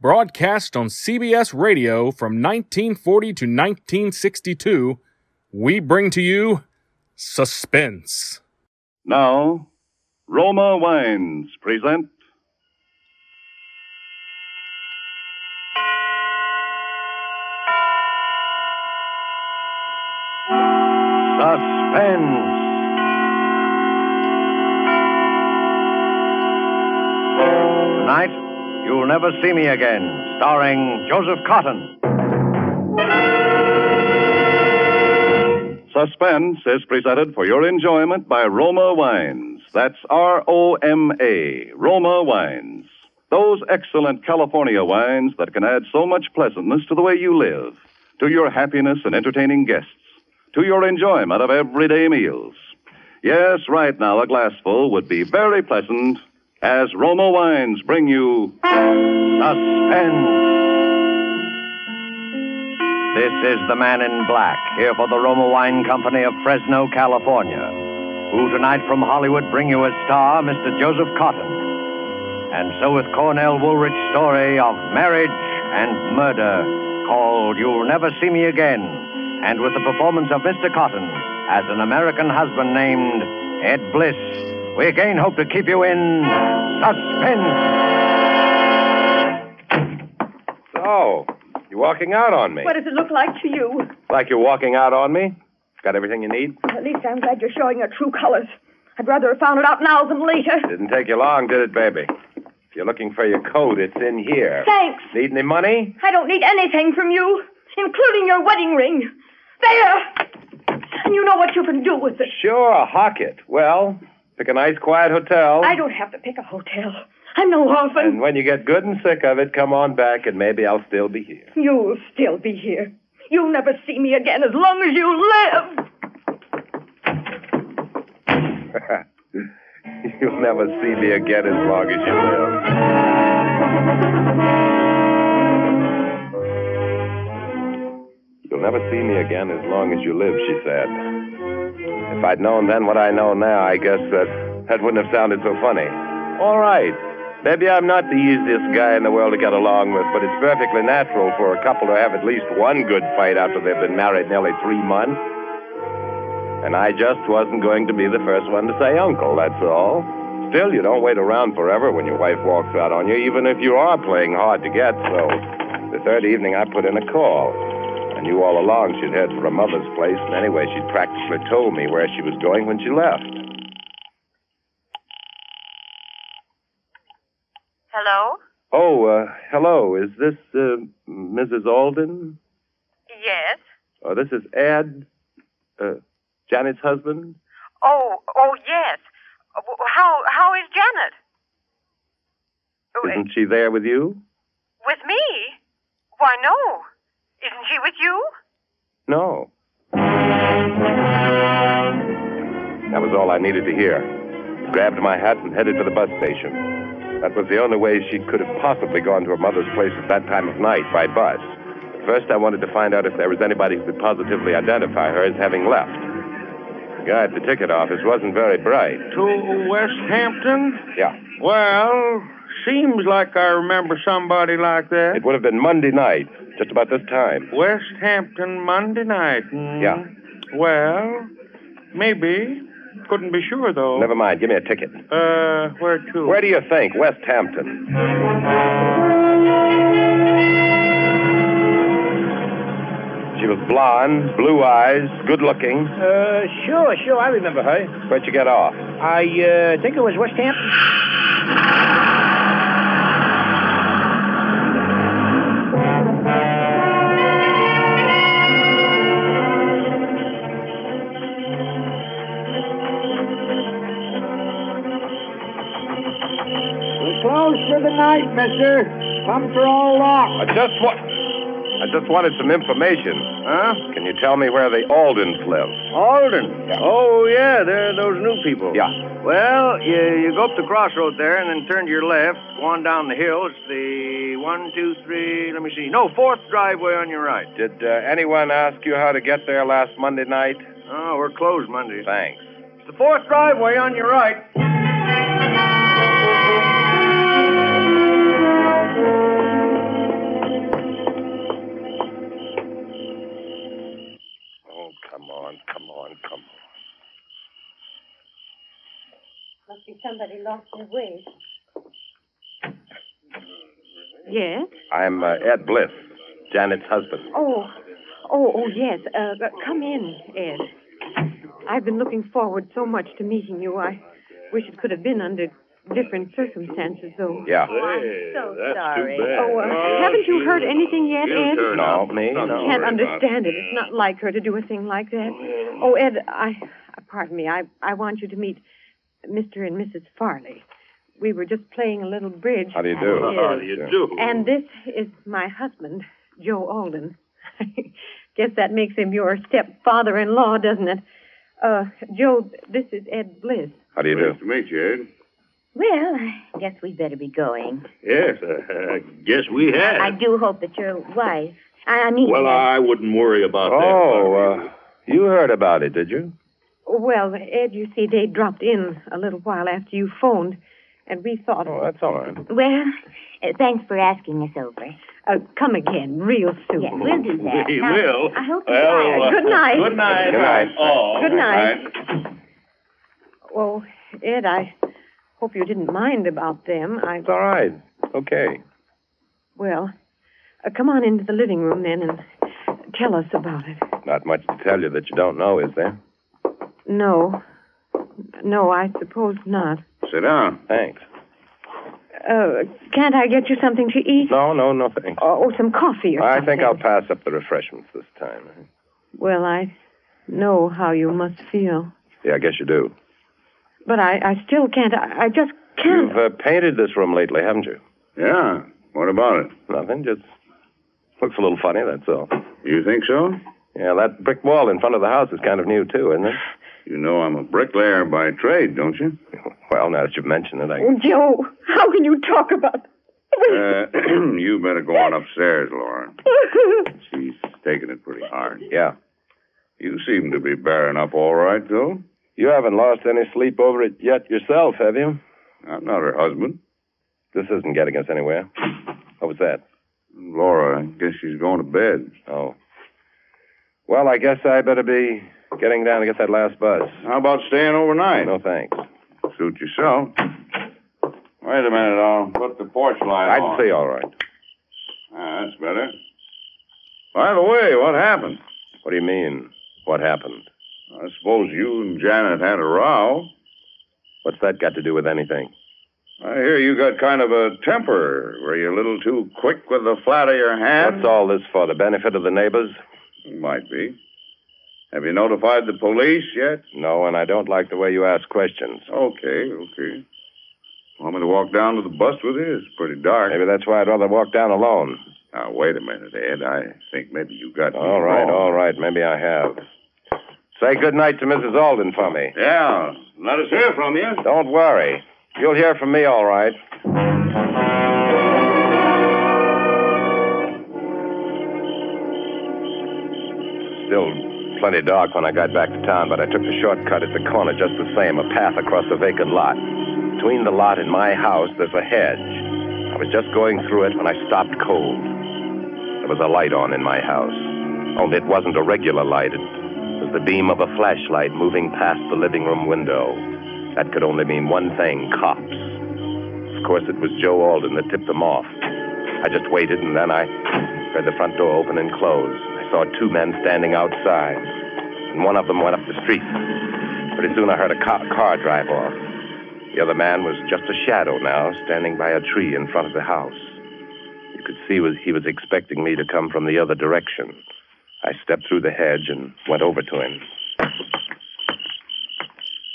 broadcast on CBS Radio from 1940 to 1962, we bring to you Suspense. Now, Roma Wines present Suspense. Tonight, You'll Never See Me Again, starring Joseph Cotton. Suspense is presented for your enjoyment by Roma Wines. That's R O M A, Roma Wines. Those excellent California wines that can add so much pleasantness to the way you live, to your happiness in entertaining guests, to your enjoyment of everyday meals. Yes, right now, a glassful would be very pleasant as Roma Wines bring you Suspense. This is the man in black, here for the Roma Wine Company of Fresno, California, who tonight from Hollywood bring you as star Mr. Joseph Cotton. And so with Cornell Woolrich's story of marriage and murder called You'll Never See Me Again, and with the performance of Mr. Cotton as an American husband named Ed Bliss, we again hope to keep you in suspense. So, you walking out on me? What does it look like to you? Like you're walking out on me? Got everything you need? At least I'm glad you're showing your true colors. I'd rather have found it out now than later. Didn't take you long, did it, baby? If you're looking for your coat, it's in here. Thanks. Need any money? I don't need anything from you, including your wedding ring. There! And you know what you can do with it. Sure, hock it. Well, pick a nice quiet hotel. I don't have to pick a hotel. I'm no orphan. And when you get good and sick of it, come on back and maybe I'll still be here. You'll still be here. You'll never see me again as long as you live. You'll never see me again as long as you live. You'll never see me again as long as you live, she said. If I'd known then what I know now, I guess that that wouldn't have sounded so funny. All right. Maybe I'm not the easiest guy in the world to get along with, but it's perfectly natural for a couple to have at least one good fight after they've been married nearly three months. And I just wasn't going to be the first one to say uncle, that's all. Still, you don't wait around forever when your wife walks out on you, even if you are playing hard to get. So, the third evening, I put in a call. I knew all along she'd head for her mother's place, and anyway, she'd practically told me where she was going when she left. Hello? Oh, uh, hello, is this uh, Mrs. Alden? Yes. Oh, this is Ed, uh, Janet's husband. Oh, oh yes. Uh, w- How how is Janet? Oh, uh, Isn't she there with you? With me? Why no. Isn't she with you? No. That was all I needed to hear. Grabbed my hat and headed for the bus station. That was the only way she could have possibly gone to her mother's place at that time of night by bus. First, I wanted to find out if there was anybody who could positively identify her as having left. The guy at the ticket office wasn't very bright. To West Hampton? Yeah. Well, seems like I remember somebody like that. It would have been Monday night, just about this time. West Hampton Monday night. hmm. Yeah. Well, maybe. Couldn't be sure though. Never mind, give me a ticket. Uh, where to? Where do you think? West Hampton. She was blonde, blue eyes, good looking. Uh, sure, sure. I remember her. Where'd you get off? I uh, think it was West Hampton. We're closed for the night, mister. Come for all that. I just want. I just wanted some information. Huh? Can you tell me where the Aldens live? Alden. Oh, yeah, they're those new people. Yeah. Well, you, you go up the crossroad there and then turn to your left, go on down the hill. It's the one, two, three, let me see. No, fourth driveway on your right. Did uh, anyone ask you how to get there last Monday night? Oh, we're closed Monday. Thanks. It's the fourth driveway on your right. Oh, come on, come on, come on. Must be somebody lost their way. Yes? I'm uh, Ed Bliss, Janet's husband. Oh, oh, oh, yes. Uh, uh, come in, Ed. I've been looking forward so much to meeting you. I wish it could have been under different circumstances, though. Yeah. so that's sorry. too bad. Oh, uh, haven't you heard anything yet, Ed? No, me? I No. can't understand it. It's not like her to do a thing like that. Oh, Ed, I pardon me. I I want you to meet Mr. and Mrs. Farley. We were just playing a little bridge. How do you do? Yes. How do you do? And this is my husband, Joe Alden. Guess that makes him your stepfather-in-law, doesn't it? Uh, Joe, this is Ed Bliss. How do you do? Nice to meet you, Ed. Well, I guess we better be going. Yes, I, I guess we I have. do hope that your wife. I, I mean. Well, I wouldn't worry about that. Oh, uh, you heard about it, did you? Well, Ed, you see, they dropped in a little while after you phoned, and we thought. Oh, that's all right. Well, uh, thanks for asking us over. Uh, come again real soon. Yes, we'll do that. We Now, will. I hope you Well, uh, Good night. Good night. Good night. all. Good night. Oh, Ed, I hope you didn't mind about them. I. It's all right. Okay. Well, uh, come on into the living room then and tell us about it. Not much to tell you that you don't know, is there? No. No, I suppose not. Sit down. Thanks. Uh, can't I get you something to eat? No, no, no, thanks. Oh, oh, some coffee or I something. think I'll pass up the refreshments this time. Well, I know how you must feel. Yeah, I guess you do. But I, I still can't. I, I just can't. You've uh, painted this room lately, haven't you? Yeah. What about it? Nothing, just looks a little funny, that's all. You think so? Yeah, that brick wall in front of the house is kind of new, too, isn't it? You know I'm a bricklayer by trade, don't you? Well, now that you've mentioned it, I. Oh, Joe, how can you talk about. Uh, you better go on upstairs, Laura. She's taking it pretty hard. Yeah. You seem to be bearing up all right, though. You haven't lost any sleep over it yet yourself, have you? I'm not her husband. This isn't getting us anywhere. What was that? Laura, I guess she's going to bed. Oh. Well, I guess I better be getting down to get that last bus. How about staying overnight? No thanks. Suit yourself. Wait a minute, I'll put the porch light I'd on. say all right. Ah, that's better. By the way, what happened? What do you mean? What happened? I suppose you and Janet had a row. What's that got to do with anything? I hear you got kind of a temper. Were you a little too quick with the flat of your hand? What's all this for? The benefit of the neighbors? Might be. Have you notified the police yet? No, and I don't like the way you ask questions. Okay, okay. Want me to walk down to the bus with you? It's pretty dark. Maybe that's why I'd rather walk down alone. Now, wait a minute, Ed. I think maybe you got me All right, wrong. all right. Maybe I have. Say good night to Mrs. Alden for me. Yeah. Let us hear from you. Don't worry. You'll hear from me, all right. Still plenty dark when I got back to town, but I took the shortcut at the corner just the same, a path across the vacant lot. Between the lot and my house, there's a hedge. I was just going through it when I stopped cold. There was a light on in my house. Only it wasn't a regular light. It was the beam of a flashlight moving past the living room window. That could only mean one thing cops. Of course, it was Joe Alden that tipped them off. I just waited, and then I heard the front door open and close. I saw two men standing outside, and one of them went up the street. Pretty soon, I heard a car, car drive off. The other man was just a shadow now, standing by a tree in front of the house. You could see was, he was expecting me to come from the other direction. I stepped through the hedge and went over to him.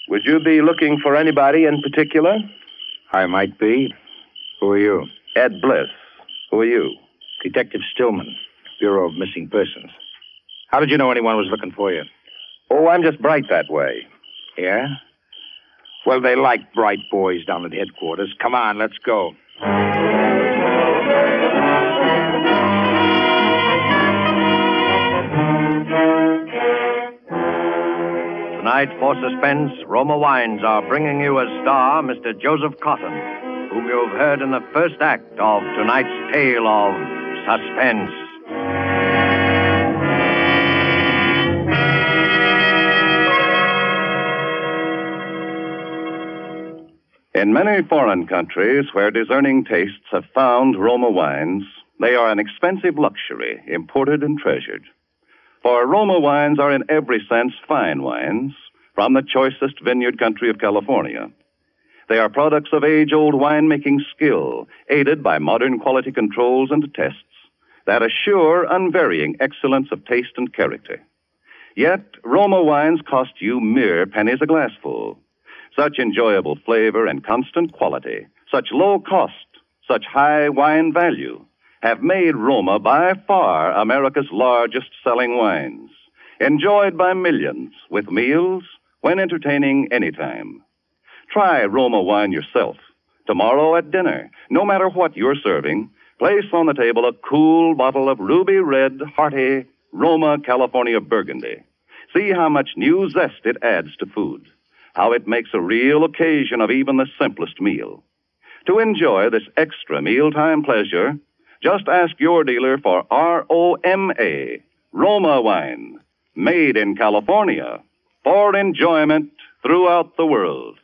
Would you be looking for anybody in particular? I might be. Who are you? Ed Bliss. Who are you? Detective Stillman, Bureau of Missing Persons. How did you know anyone was looking for you? Oh, I'm just bright that way. Yeah? Well, they like bright boys down at headquarters. Come on, let's go. Tonight, for suspense, Roma Wines are bringing you as star Mr. Joseph Cotton, whom you have heard in the first act of tonight's tale of suspense. In many foreign countries where discerning tastes have found Roma wines, they are an expensive luxury, imported and treasured. For Roma wines are in every sense fine wines from the choicest vineyard country of California. They are products of age old winemaking skill, aided by modern quality controls and tests that assure unvarying excellence of taste and character. Yet, Roma wines cost you mere pennies a glassful. Such enjoyable flavor and constant quality, such low cost, such high wine value, have made Roma by far America's largest selling wines, enjoyed by millions with meals when entertaining anytime. Try Roma wine yourself. Tomorrow at dinner, no matter what you're serving, place on the table a cool bottle of ruby red, hearty Roma California Burgundy. See how much new zest it adds to food, how it makes a real occasion of even the simplest meal. To enjoy this extra mealtime pleasure, just ask your dealer for R O M A, Roma wine, made in California, for enjoyment throughout the world.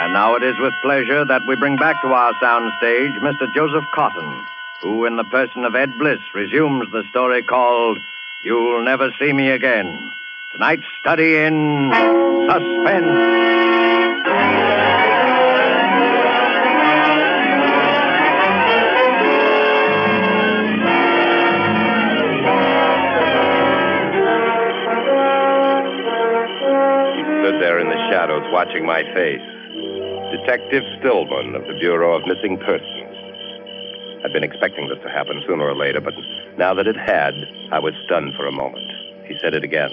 And now it is with pleasure that we bring back to our soundstage Mr. Joseph Cotton, who, in the person of Ed Bliss, resumes the story called You'll Never See Me Again. Tonight's study in suspense. He stood there in the shadows watching my face. Detective Stillman of the Bureau of Missing Persons. I'd been expecting this to happen sooner or later, but now that it had, I was stunned for a moment. He said it again.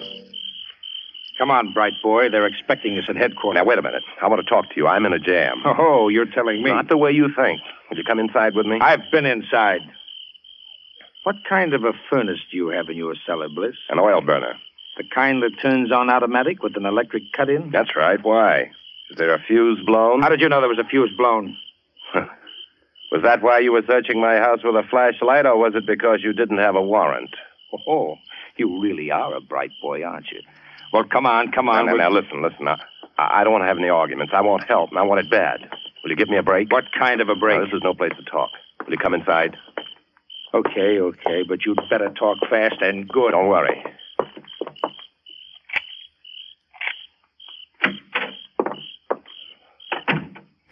Come on, bright boy. They're expecting us at headquarters. Now, wait a minute. I want to talk to you. I'm in a jam. Oh, you're telling me. Not the way you think. Would you come inside with me? I've been inside. What kind of a furnace do you have in your cellar, Bliss? An oil burner. The kind that turns on automatic with an electric cut in? That's right. Why? Is there a fuse blown? How did you know there was a fuse blown? Was that why you were searching my house with a flashlight, or was it because you didn't have a warrant? Oh, you really are a bright boy, aren't you? Well, come on, come on. now, we'll- now, now, listen, listen. I, I I don't want to have any arguments. I want help, and I want it bad. Will you give me a break? What kind of a break? Now, this is no place to talk. Will you come inside? Okay, okay, but you'd better talk fast and good. Don't worry.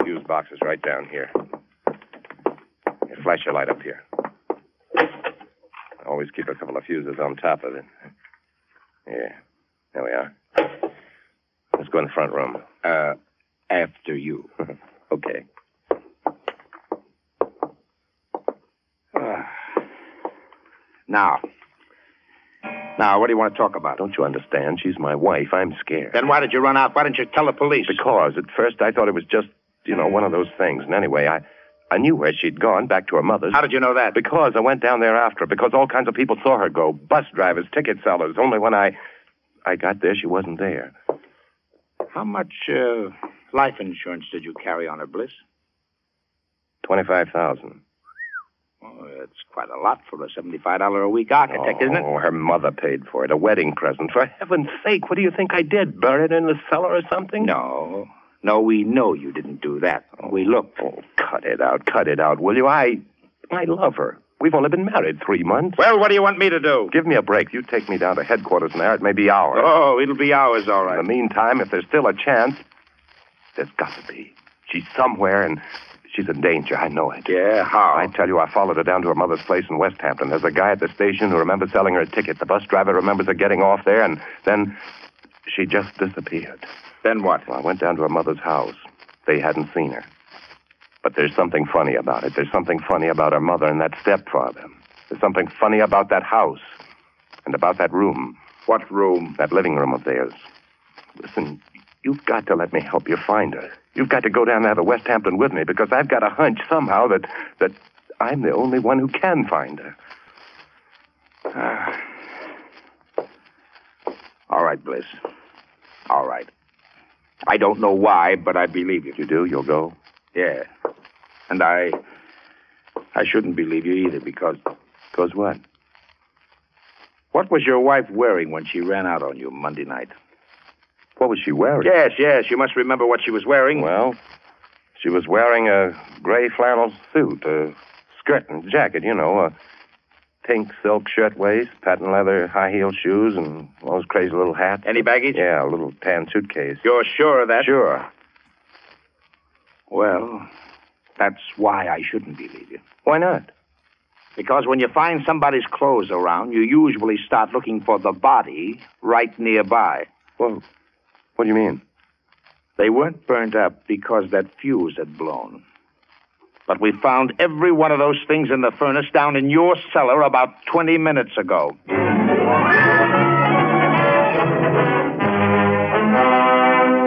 Fuse box is right down here. Here, flash your light up here. I always keep a couple of fuses on top of it. Yeah, there we are. Let's go in the front room. Uh, after you. Okay. Now. Now, what do you want to talk about? Don't you understand? She's my wife. I'm scared. Then why did you run out? Why didn't you tell the police? Because at first I thought it was just, you know, one of those things. And anyway, I, I knew where she'd gone, back to her mother's. How did you know that? Because I went down there after. her, Because all kinds of people saw her go. Bus drivers, ticket sellers. Only when I, I got there, she wasn't there. How much uh, life insurance did you carry on her, Bliss? Twenty-five thousand. Oh, that's quite a lot for a seventy-five dollar a week architect, isn't it? Oh, her mother paid for it. A wedding present. For heaven's sake, what do you think I did? Bury it in the cellar or something? No, no, we know you didn't do that. We looked. Oh, cut it out. Cut it out, will you? I, I love her. We've only been married three months. Well, what do you want me to do? Give me a break. You take me down to headquarters now. It may be hours. Oh, it'll be ours, all In right. the meantime, if there's still a chance, there's got to be. She's somewhere, and she's in danger. I know it. Yeah, I how? tell you, I followed her down to her mother's place in West Hampton. There's a guy at the station who remembers selling her a ticket. The bus driver remembers her getting off there, and then she just disappeared. Then what? Well, I went down to her mother's house. They hadn't seen her. But there's something funny about it. There's something funny about her mother and that stepfather. There's something funny about that house and about that room. What room? That living room of theirs. Listen, you've got to let me help you find her. You've got to go down there to West Hampton with me because I've got a hunch somehow that that I'm the only one who can find her. Ah. All right, Bliss. All right. I don't know why, but I believe you. You do? You'll go? Yeah. And I. I shouldn't believe you either because. Because what? What was your wife wearing when she ran out on you Monday night? What was she wearing? Yes, yes. You must remember what she was wearing. Well, she was wearing a gray flannel suit, a skirt and jacket, you know, a pink silk shirtwaist, patent leather high heel shoes, and those crazy little hats. Any baggage? Yeah, a little tan suitcase. You're sure of that? Sure. Well, that's why I shouldn't believe you. Why not? Because when you find somebody's clothes around, you usually start looking for the body right nearby. Well, what do you mean? They weren't burnt up because that fuse had blown. But we found every one of those things in the furnace down in your cellar about 20 minutes ago.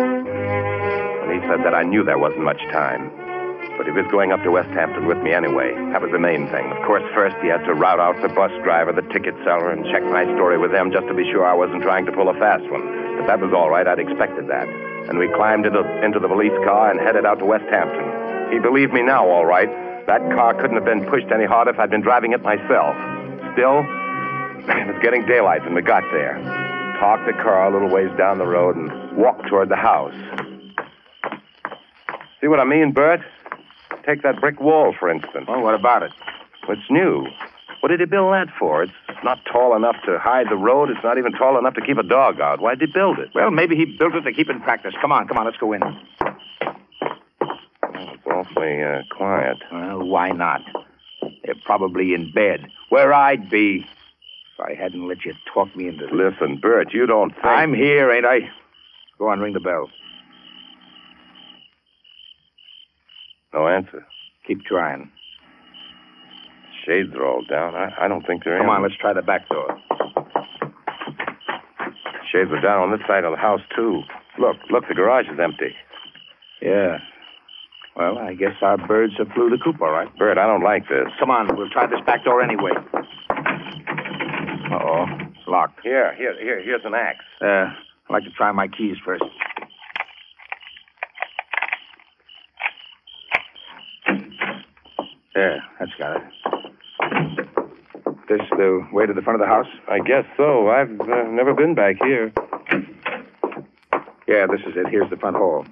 And he said that I knew there wasn't much time. But he was going up to West Hampton with me anyway. That was the main thing. Of course, first he had to route out the bus driver, the ticket seller, and check my story with them just to be sure I wasn't trying to pull a fast one. But that was all right. I'd expected that. And we climbed into, into the police car and headed out to West Hampton. He believed me now, all right. That car couldn't have been pushed any harder if I'd been driving it myself. Still, it was getting daylight when we got there. Parked the car a little ways down the road and walked toward the house. See what I mean, Bert? Take that brick wall, for instance. Well, what about it? It's new. What did he build that for? It's not tall enough to hide the road. It's not even tall enough to keep a dog out. Why'd he build it? Well, maybe he built it to keep in practice. Come on, come on, let's go in. It's awfully uh, quiet. Well, why not? They're probably in bed, where I'd be if I hadn't let you talk me into this. Listen, Bert, you don't think. I'm here, ain't I? Go on, ring the bell. No answer. Keep trying. Shades are all down. I, I don't think they're in. Come on, let's try the back door. Shades are down on this side of the house, too. Look, look, the garage is empty. Yeah. Well, I guess our birds have flew the coop, all right. Bert, I don't like this. Come on, we'll try this back door anyway. Uh-oh, it's locked. Here, here, here, here's an axe. Uh, I'd like to try my keys first. There, that's got it. This the way to the front of the house? I guess so. I've uh, never been back here. Yeah, this is it. Here's the front hall.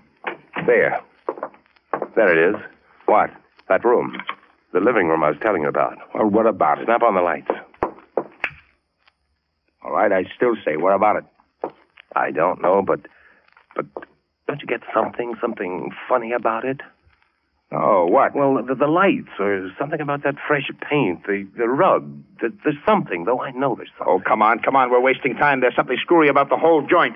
There. There it is. What? That room. The living room I was telling you about. Well, what about it? Snap on the lights. All right, I still say, what about it? I don't know, but but don't you get something, something funny about it? Oh, what? Well, the, the lights or something about that fresh paint, the, the rug. The, there's something, though I know there's something. Oh, come on, come on. We're wasting time. There's something screwy about the whole joint.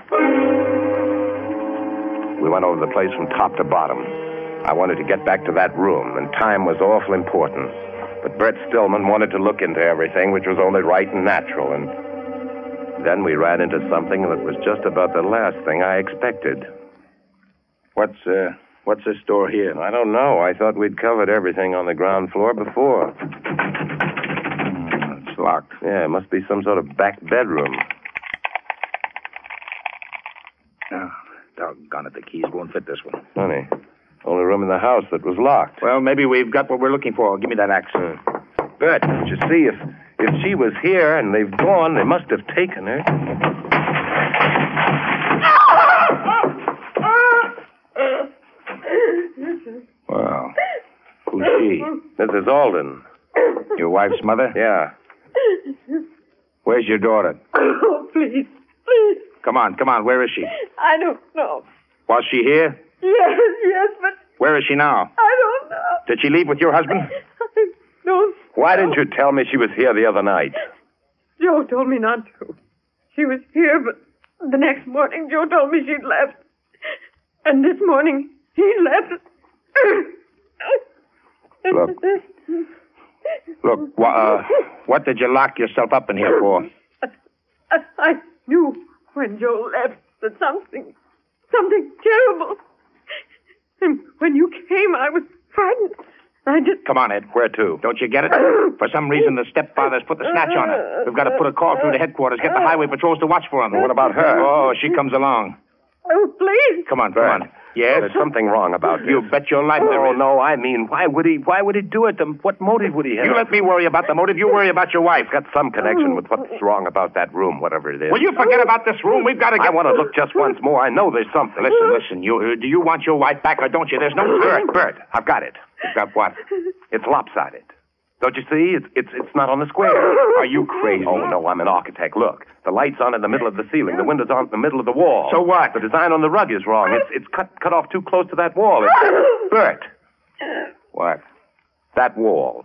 We went over the place from top to bottom. I wanted to get back to that room, and time was awful important. But Bert Stillman wanted to look into everything, which was only right and natural, and then we ran into something that was just about the last thing I expected. What's, uh, what's this door here? I don't know. I thought we'd covered everything on the ground floor before. Hmm, It's locked. Yeah, it must be some sort of back bedroom. Oh, doggone it, the keys won't fit this one. Funny. Only room in the house that was locked. Hmm. Well, maybe we've got what we're looking for. Give me that axe. Bert, did you see if if she was here and they've gone, they must have taken her. Well, who's she? Mrs. Alden. Your wife's mother? Yeah. Where's your daughter? Oh, please, please. Come on, come on. Where is she? I don't know. Was she here? Yes, yes, but Where is she now? I don't know. Did she leave with your husband? I don't. Why didn't you tell me she was here the other night? Joe told me not to. She was here, but the next morning Joe told me she'd left. And this morning he left. Look. Look, wha- uh, what did you lock yourself up in here for? I, I knew when Joe left that something, something terrible. And when you came, I was frightened. I just. Come on, Ed. Where to? Don't you get it? For some reason, the stepfather's put the snatch on her. We've got to put a call through to headquarters. Get the highway patrols to watch for him. What about her? Oh, she comes along. Oh, please. Come on, come on. Yes? There's something wrong about You bet your life there Oh, no, I mean, why would he, why would he do it? And what motive would he have? You let me worry about the motive. You worry about your wife. Got some connection with what's wrong about that room, whatever it is. Will you forget about this room? We've got to get. I want to look just once more. I know there's something. Listen, listen. You uh, do you want your wife back or don't you? There's no Bert, Bert, I've got it. You've got what? It's lopsided. Don't you see? It's it's it's not on the square. Are you crazy? Oh no, I'm an architect. Look, the light's on in the middle of the ceiling. The windows on in the middle of the wall. So what? The design on the rug is wrong. It's it's cut cut off too close to that wall. It's, Bert, what? That wall.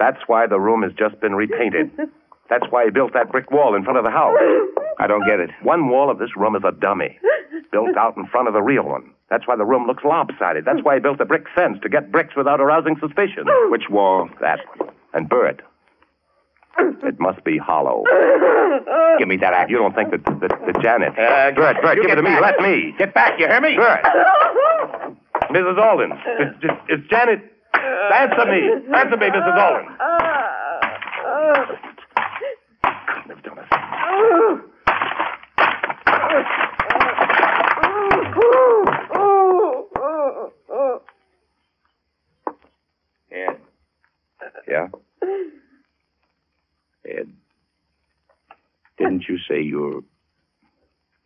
That's why the room has just been repainted. That's why he built that brick wall in front of the house. I don't get it. One wall of this room is a dummy, built out in front of the real one. That's why the room looks lopsided. That's why he built the brick fence to get bricks without arousing suspicion. Which wall? That one. And Bert. It must be hollow. Give me that axe. You don't think that the, the Janet. Uh, Bert, Bert, you give it get to me. back. Let me. Get back. You hear me? Bert. Mrs. Alden. It's, it's, it's Janet. Answer me. Answer me, Mrs. Alden. Ed. Yeah? Ed. Didn't you say your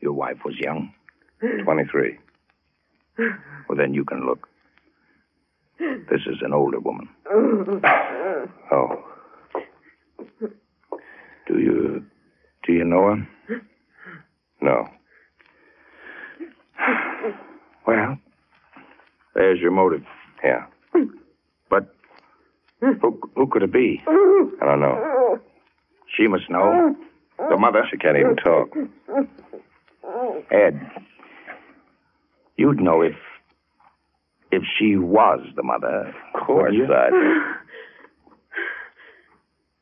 your wife was young? 23. Well, then you can look. This is an older woman. Oh. Do you do you know her? No. Well, there's your motive. Yeah. But who who could it be? I don't know. She must know. The mother. She can't even talk. Ed, you'd know if if she was the mother. Of course I.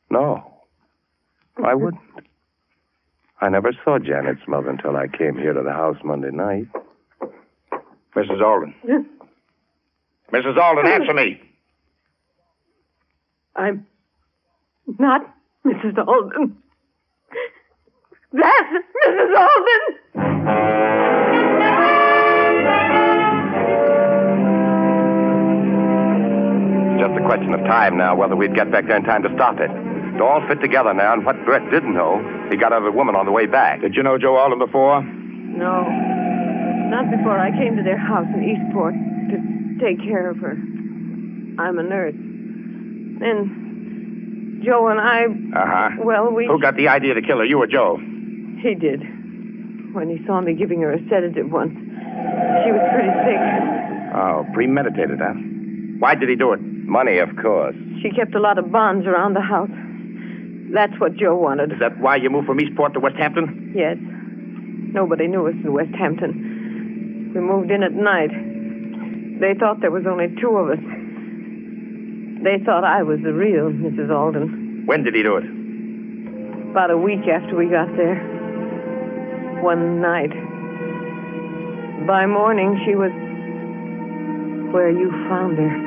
No. I wouldn't. I never saw Janet's mother until I came here to the house Monday night. Mrs. Alden. Mrs. Alden, answer me. I'm not Mrs. Alden. That's Mrs. Alden! It's just a question of time now whether we'd get back there in time to stop it. It all fit together now, and what Brett didn't know, he got out of the woman on the way back. Did you know Joe Alden before? No. Not before I came to their house in Eastport to take care of her. I'm a nurse. And Joe and I, Uh huh. Uh-huh. well, we. Who got the idea to kill her? You or Joe? He did. When he saw me giving her a sedative once. She was pretty sick. Oh, premeditated, huh? Why did he do it? Money, of course. She kept a lot of bonds around the house. That's what Joe wanted. Is that why you moved from Eastport to West Hampton? Yes. Nobody knew us in West Hampton. We moved in at night. They thought there was only two of us. They thought I was the real Mrs. Alden. When did he do it? About a week after we got there. One night. By morning, she was where you found her.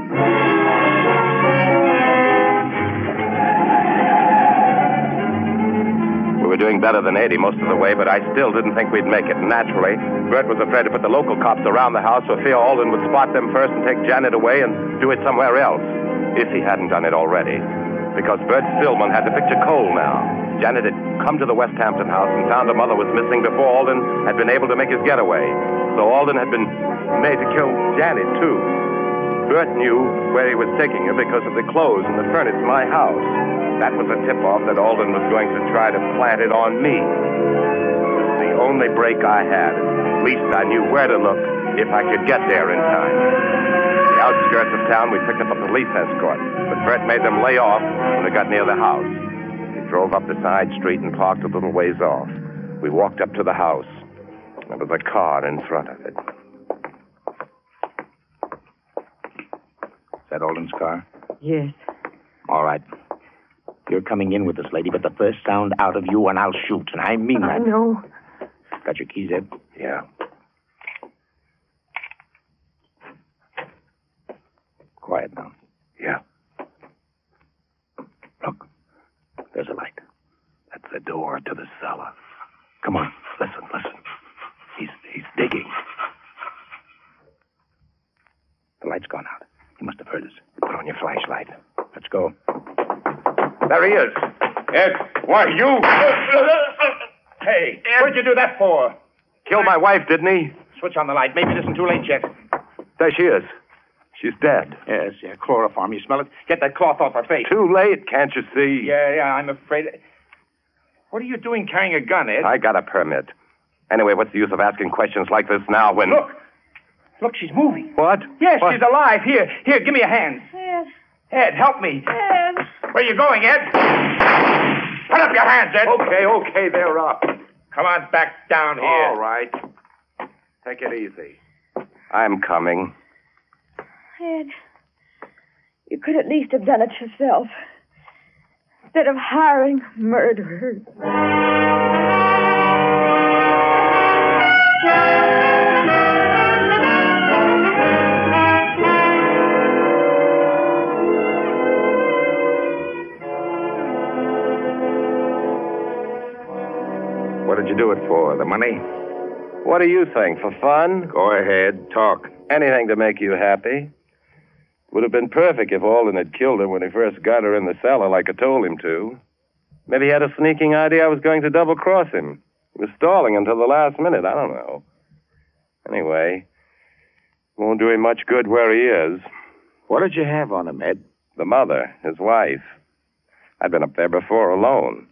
We were doing better than 80 most of the way, but I still didn't think we'd make it. Naturally, Bert was afraid to put the local cops around the house for fear Alden would spot them first and take Janet away and do it somewhere else, if he hadn't done it already. Because Bert Stillman had the picture cold now. Janet had come to the West Hampton house and found her mother was missing before Alden had been able to make his getaway. So Alden had been made to kill Janet, too. Bert knew where he was taking her because of the clothes and the furnace in my house. That was a tip off that Alden was going to try to plant it on me. The only break I had. At least I knew where to look if I could get there in time. The outskirts of town, we picked up a police escort, but Bert made them lay off when they got near the house. We drove up the side street and parked a little ways off. We walked up to the house. There was a car in front of it. Is that Alden's car? Yes. All right. You're coming in with this lady, but the first sound out of you, and I'll shoot. And I mean I that. know. Got your keys, Ed? Yeah. Quiet now. Yeah. Look, there's a light. That's the door to the cellar. Come on, listen, listen. He's he's digging. The light's gone out. He must have heard us. Put on your flashlight. Let's go. There he is. Ed, why, you. Uh, Hey, what'd you do that for? Killed my wife, didn't he? Switch on the light. Maybe it isn't too late yet. There she is. She's dead. Yes, yeah, chloroform. You smell it? Get that cloth off her face. Too late, can't you see? Yeah, yeah, I'm afraid. What are you doing carrying a gun, Ed? I got a permit. Anyway, what's the use of asking questions like this now when. Look. Look, she's moving. What? Yes, What? she's alive. Here, here, give me a hand. Ed. Ed, help me. Ed. Where you going, Ed? Put up your hands, Ed. Okay, okay, they're up. Come on back down here. All right. Take it easy. I'm coming. Ed, you could at least have done it yourself. Instead of hiring murderers. What did you do it for? The money? What do you think? For fun? Go ahead, talk. Anything to make you happy. Would have been perfect if Alden had killed her when he first got her in the cellar, like I told him to. Maybe he had a sneaking idea I was going to double cross him. He was stalling until the last minute. I don't know. Anyway, won't do him much good where he is. What did you have on him, Ed? The mother, his wife. I'd been up there before alone.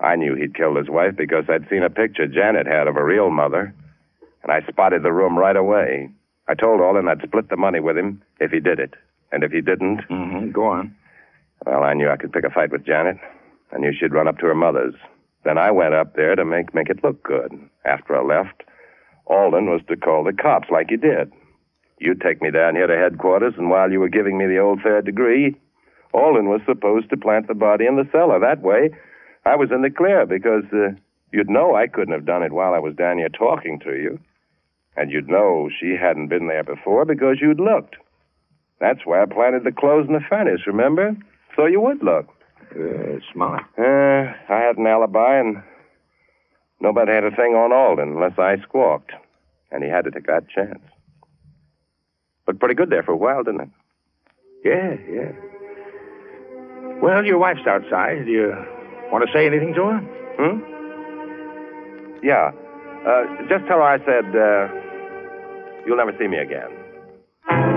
I knew he'd killed his wife because I'd seen a picture Janet had of her real mother, and I spotted the room right away. I told Alden I'd split the money with him if he did it, and if he didn't. Mm-hmm. Go on. Well, I knew I could pick a fight with Janet. I knew she'd run up to her mother's. Then I went up there to make make it look good. After I left, Alden was to call the cops like he did. You'd take me down here to headquarters, and while you were giving me the old third degree, Alden was supposed to plant the body in the cellar. That way, I was in the clear because uh, you'd know I couldn't have done it while I was down here talking to you. And you'd know she hadn't been there before because you'd looked. That's why I planted the clothes in the furnace, remember? So you would look. Uh, smart. Uh, I had an alibi, and nobody had a thing on Alden unless I squawked. And he had to take that chance. Looked pretty good there for a while, didn't it? Yeah, yeah. Well, your wife's outside. Do you want to say anything to her? Hmm? Yeah. Uh, just tell her I said, uh, you'll never see me again.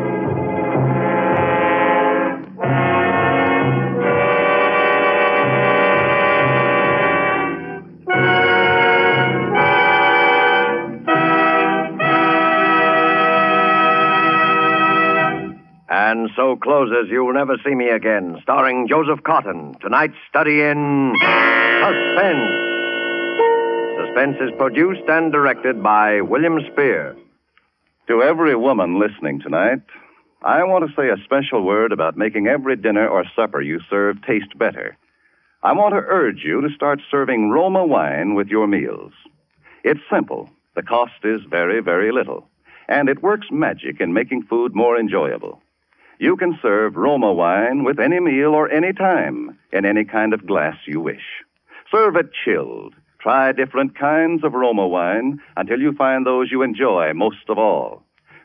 And so closes You'll Never See Me Again, starring Joseph Cotton. Tonight's study in suspense. Suspense is produced and directed by William Spear. To every woman listening tonight, I want to say a special word about making every dinner or supper you serve taste better. I want to urge you to start serving Roma wine with your meals. It's simple, the cost is very, very little, and it works magic in making food more enjoyable. You can serve Roma wine with any meal or any time in any kind of glass you wish. Serve it chilled. Try different kinds of Roma wine until you find those you enjoy most of all.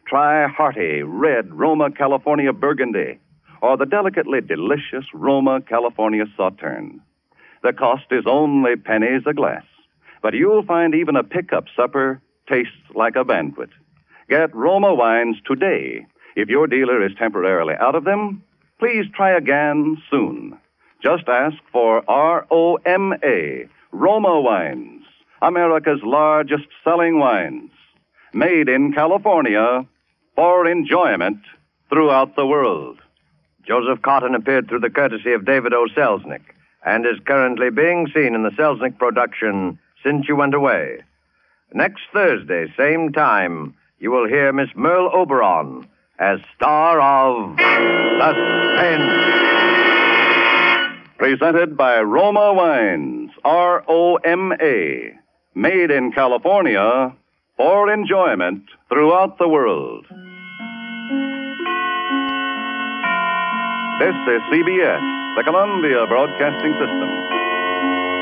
Try hearty red Roma California Burgundy or the delicately delicious Roma California Sauterne. The cost is only pennies a glass, but you'll find even a pickup supper tastes like a banquet. Get Roma wines today. If your dealer is temporarily out of them, please try again soon. Just ask for R O M A, Roma Wines, America's largest selling wines, made in California for enjoyment throughout the world. Joseph Cotton appeared through the courtesy of David O. Selznick and is currently being seen in the Selznick production Since You Went Away. Next Thursday, same time, you will hear Miss Merle Oberon as star of Presented by Roma Wines, R O M A. Made in California for enjoyment throughout the world. This is CBS, the Columbia Broadcasting System.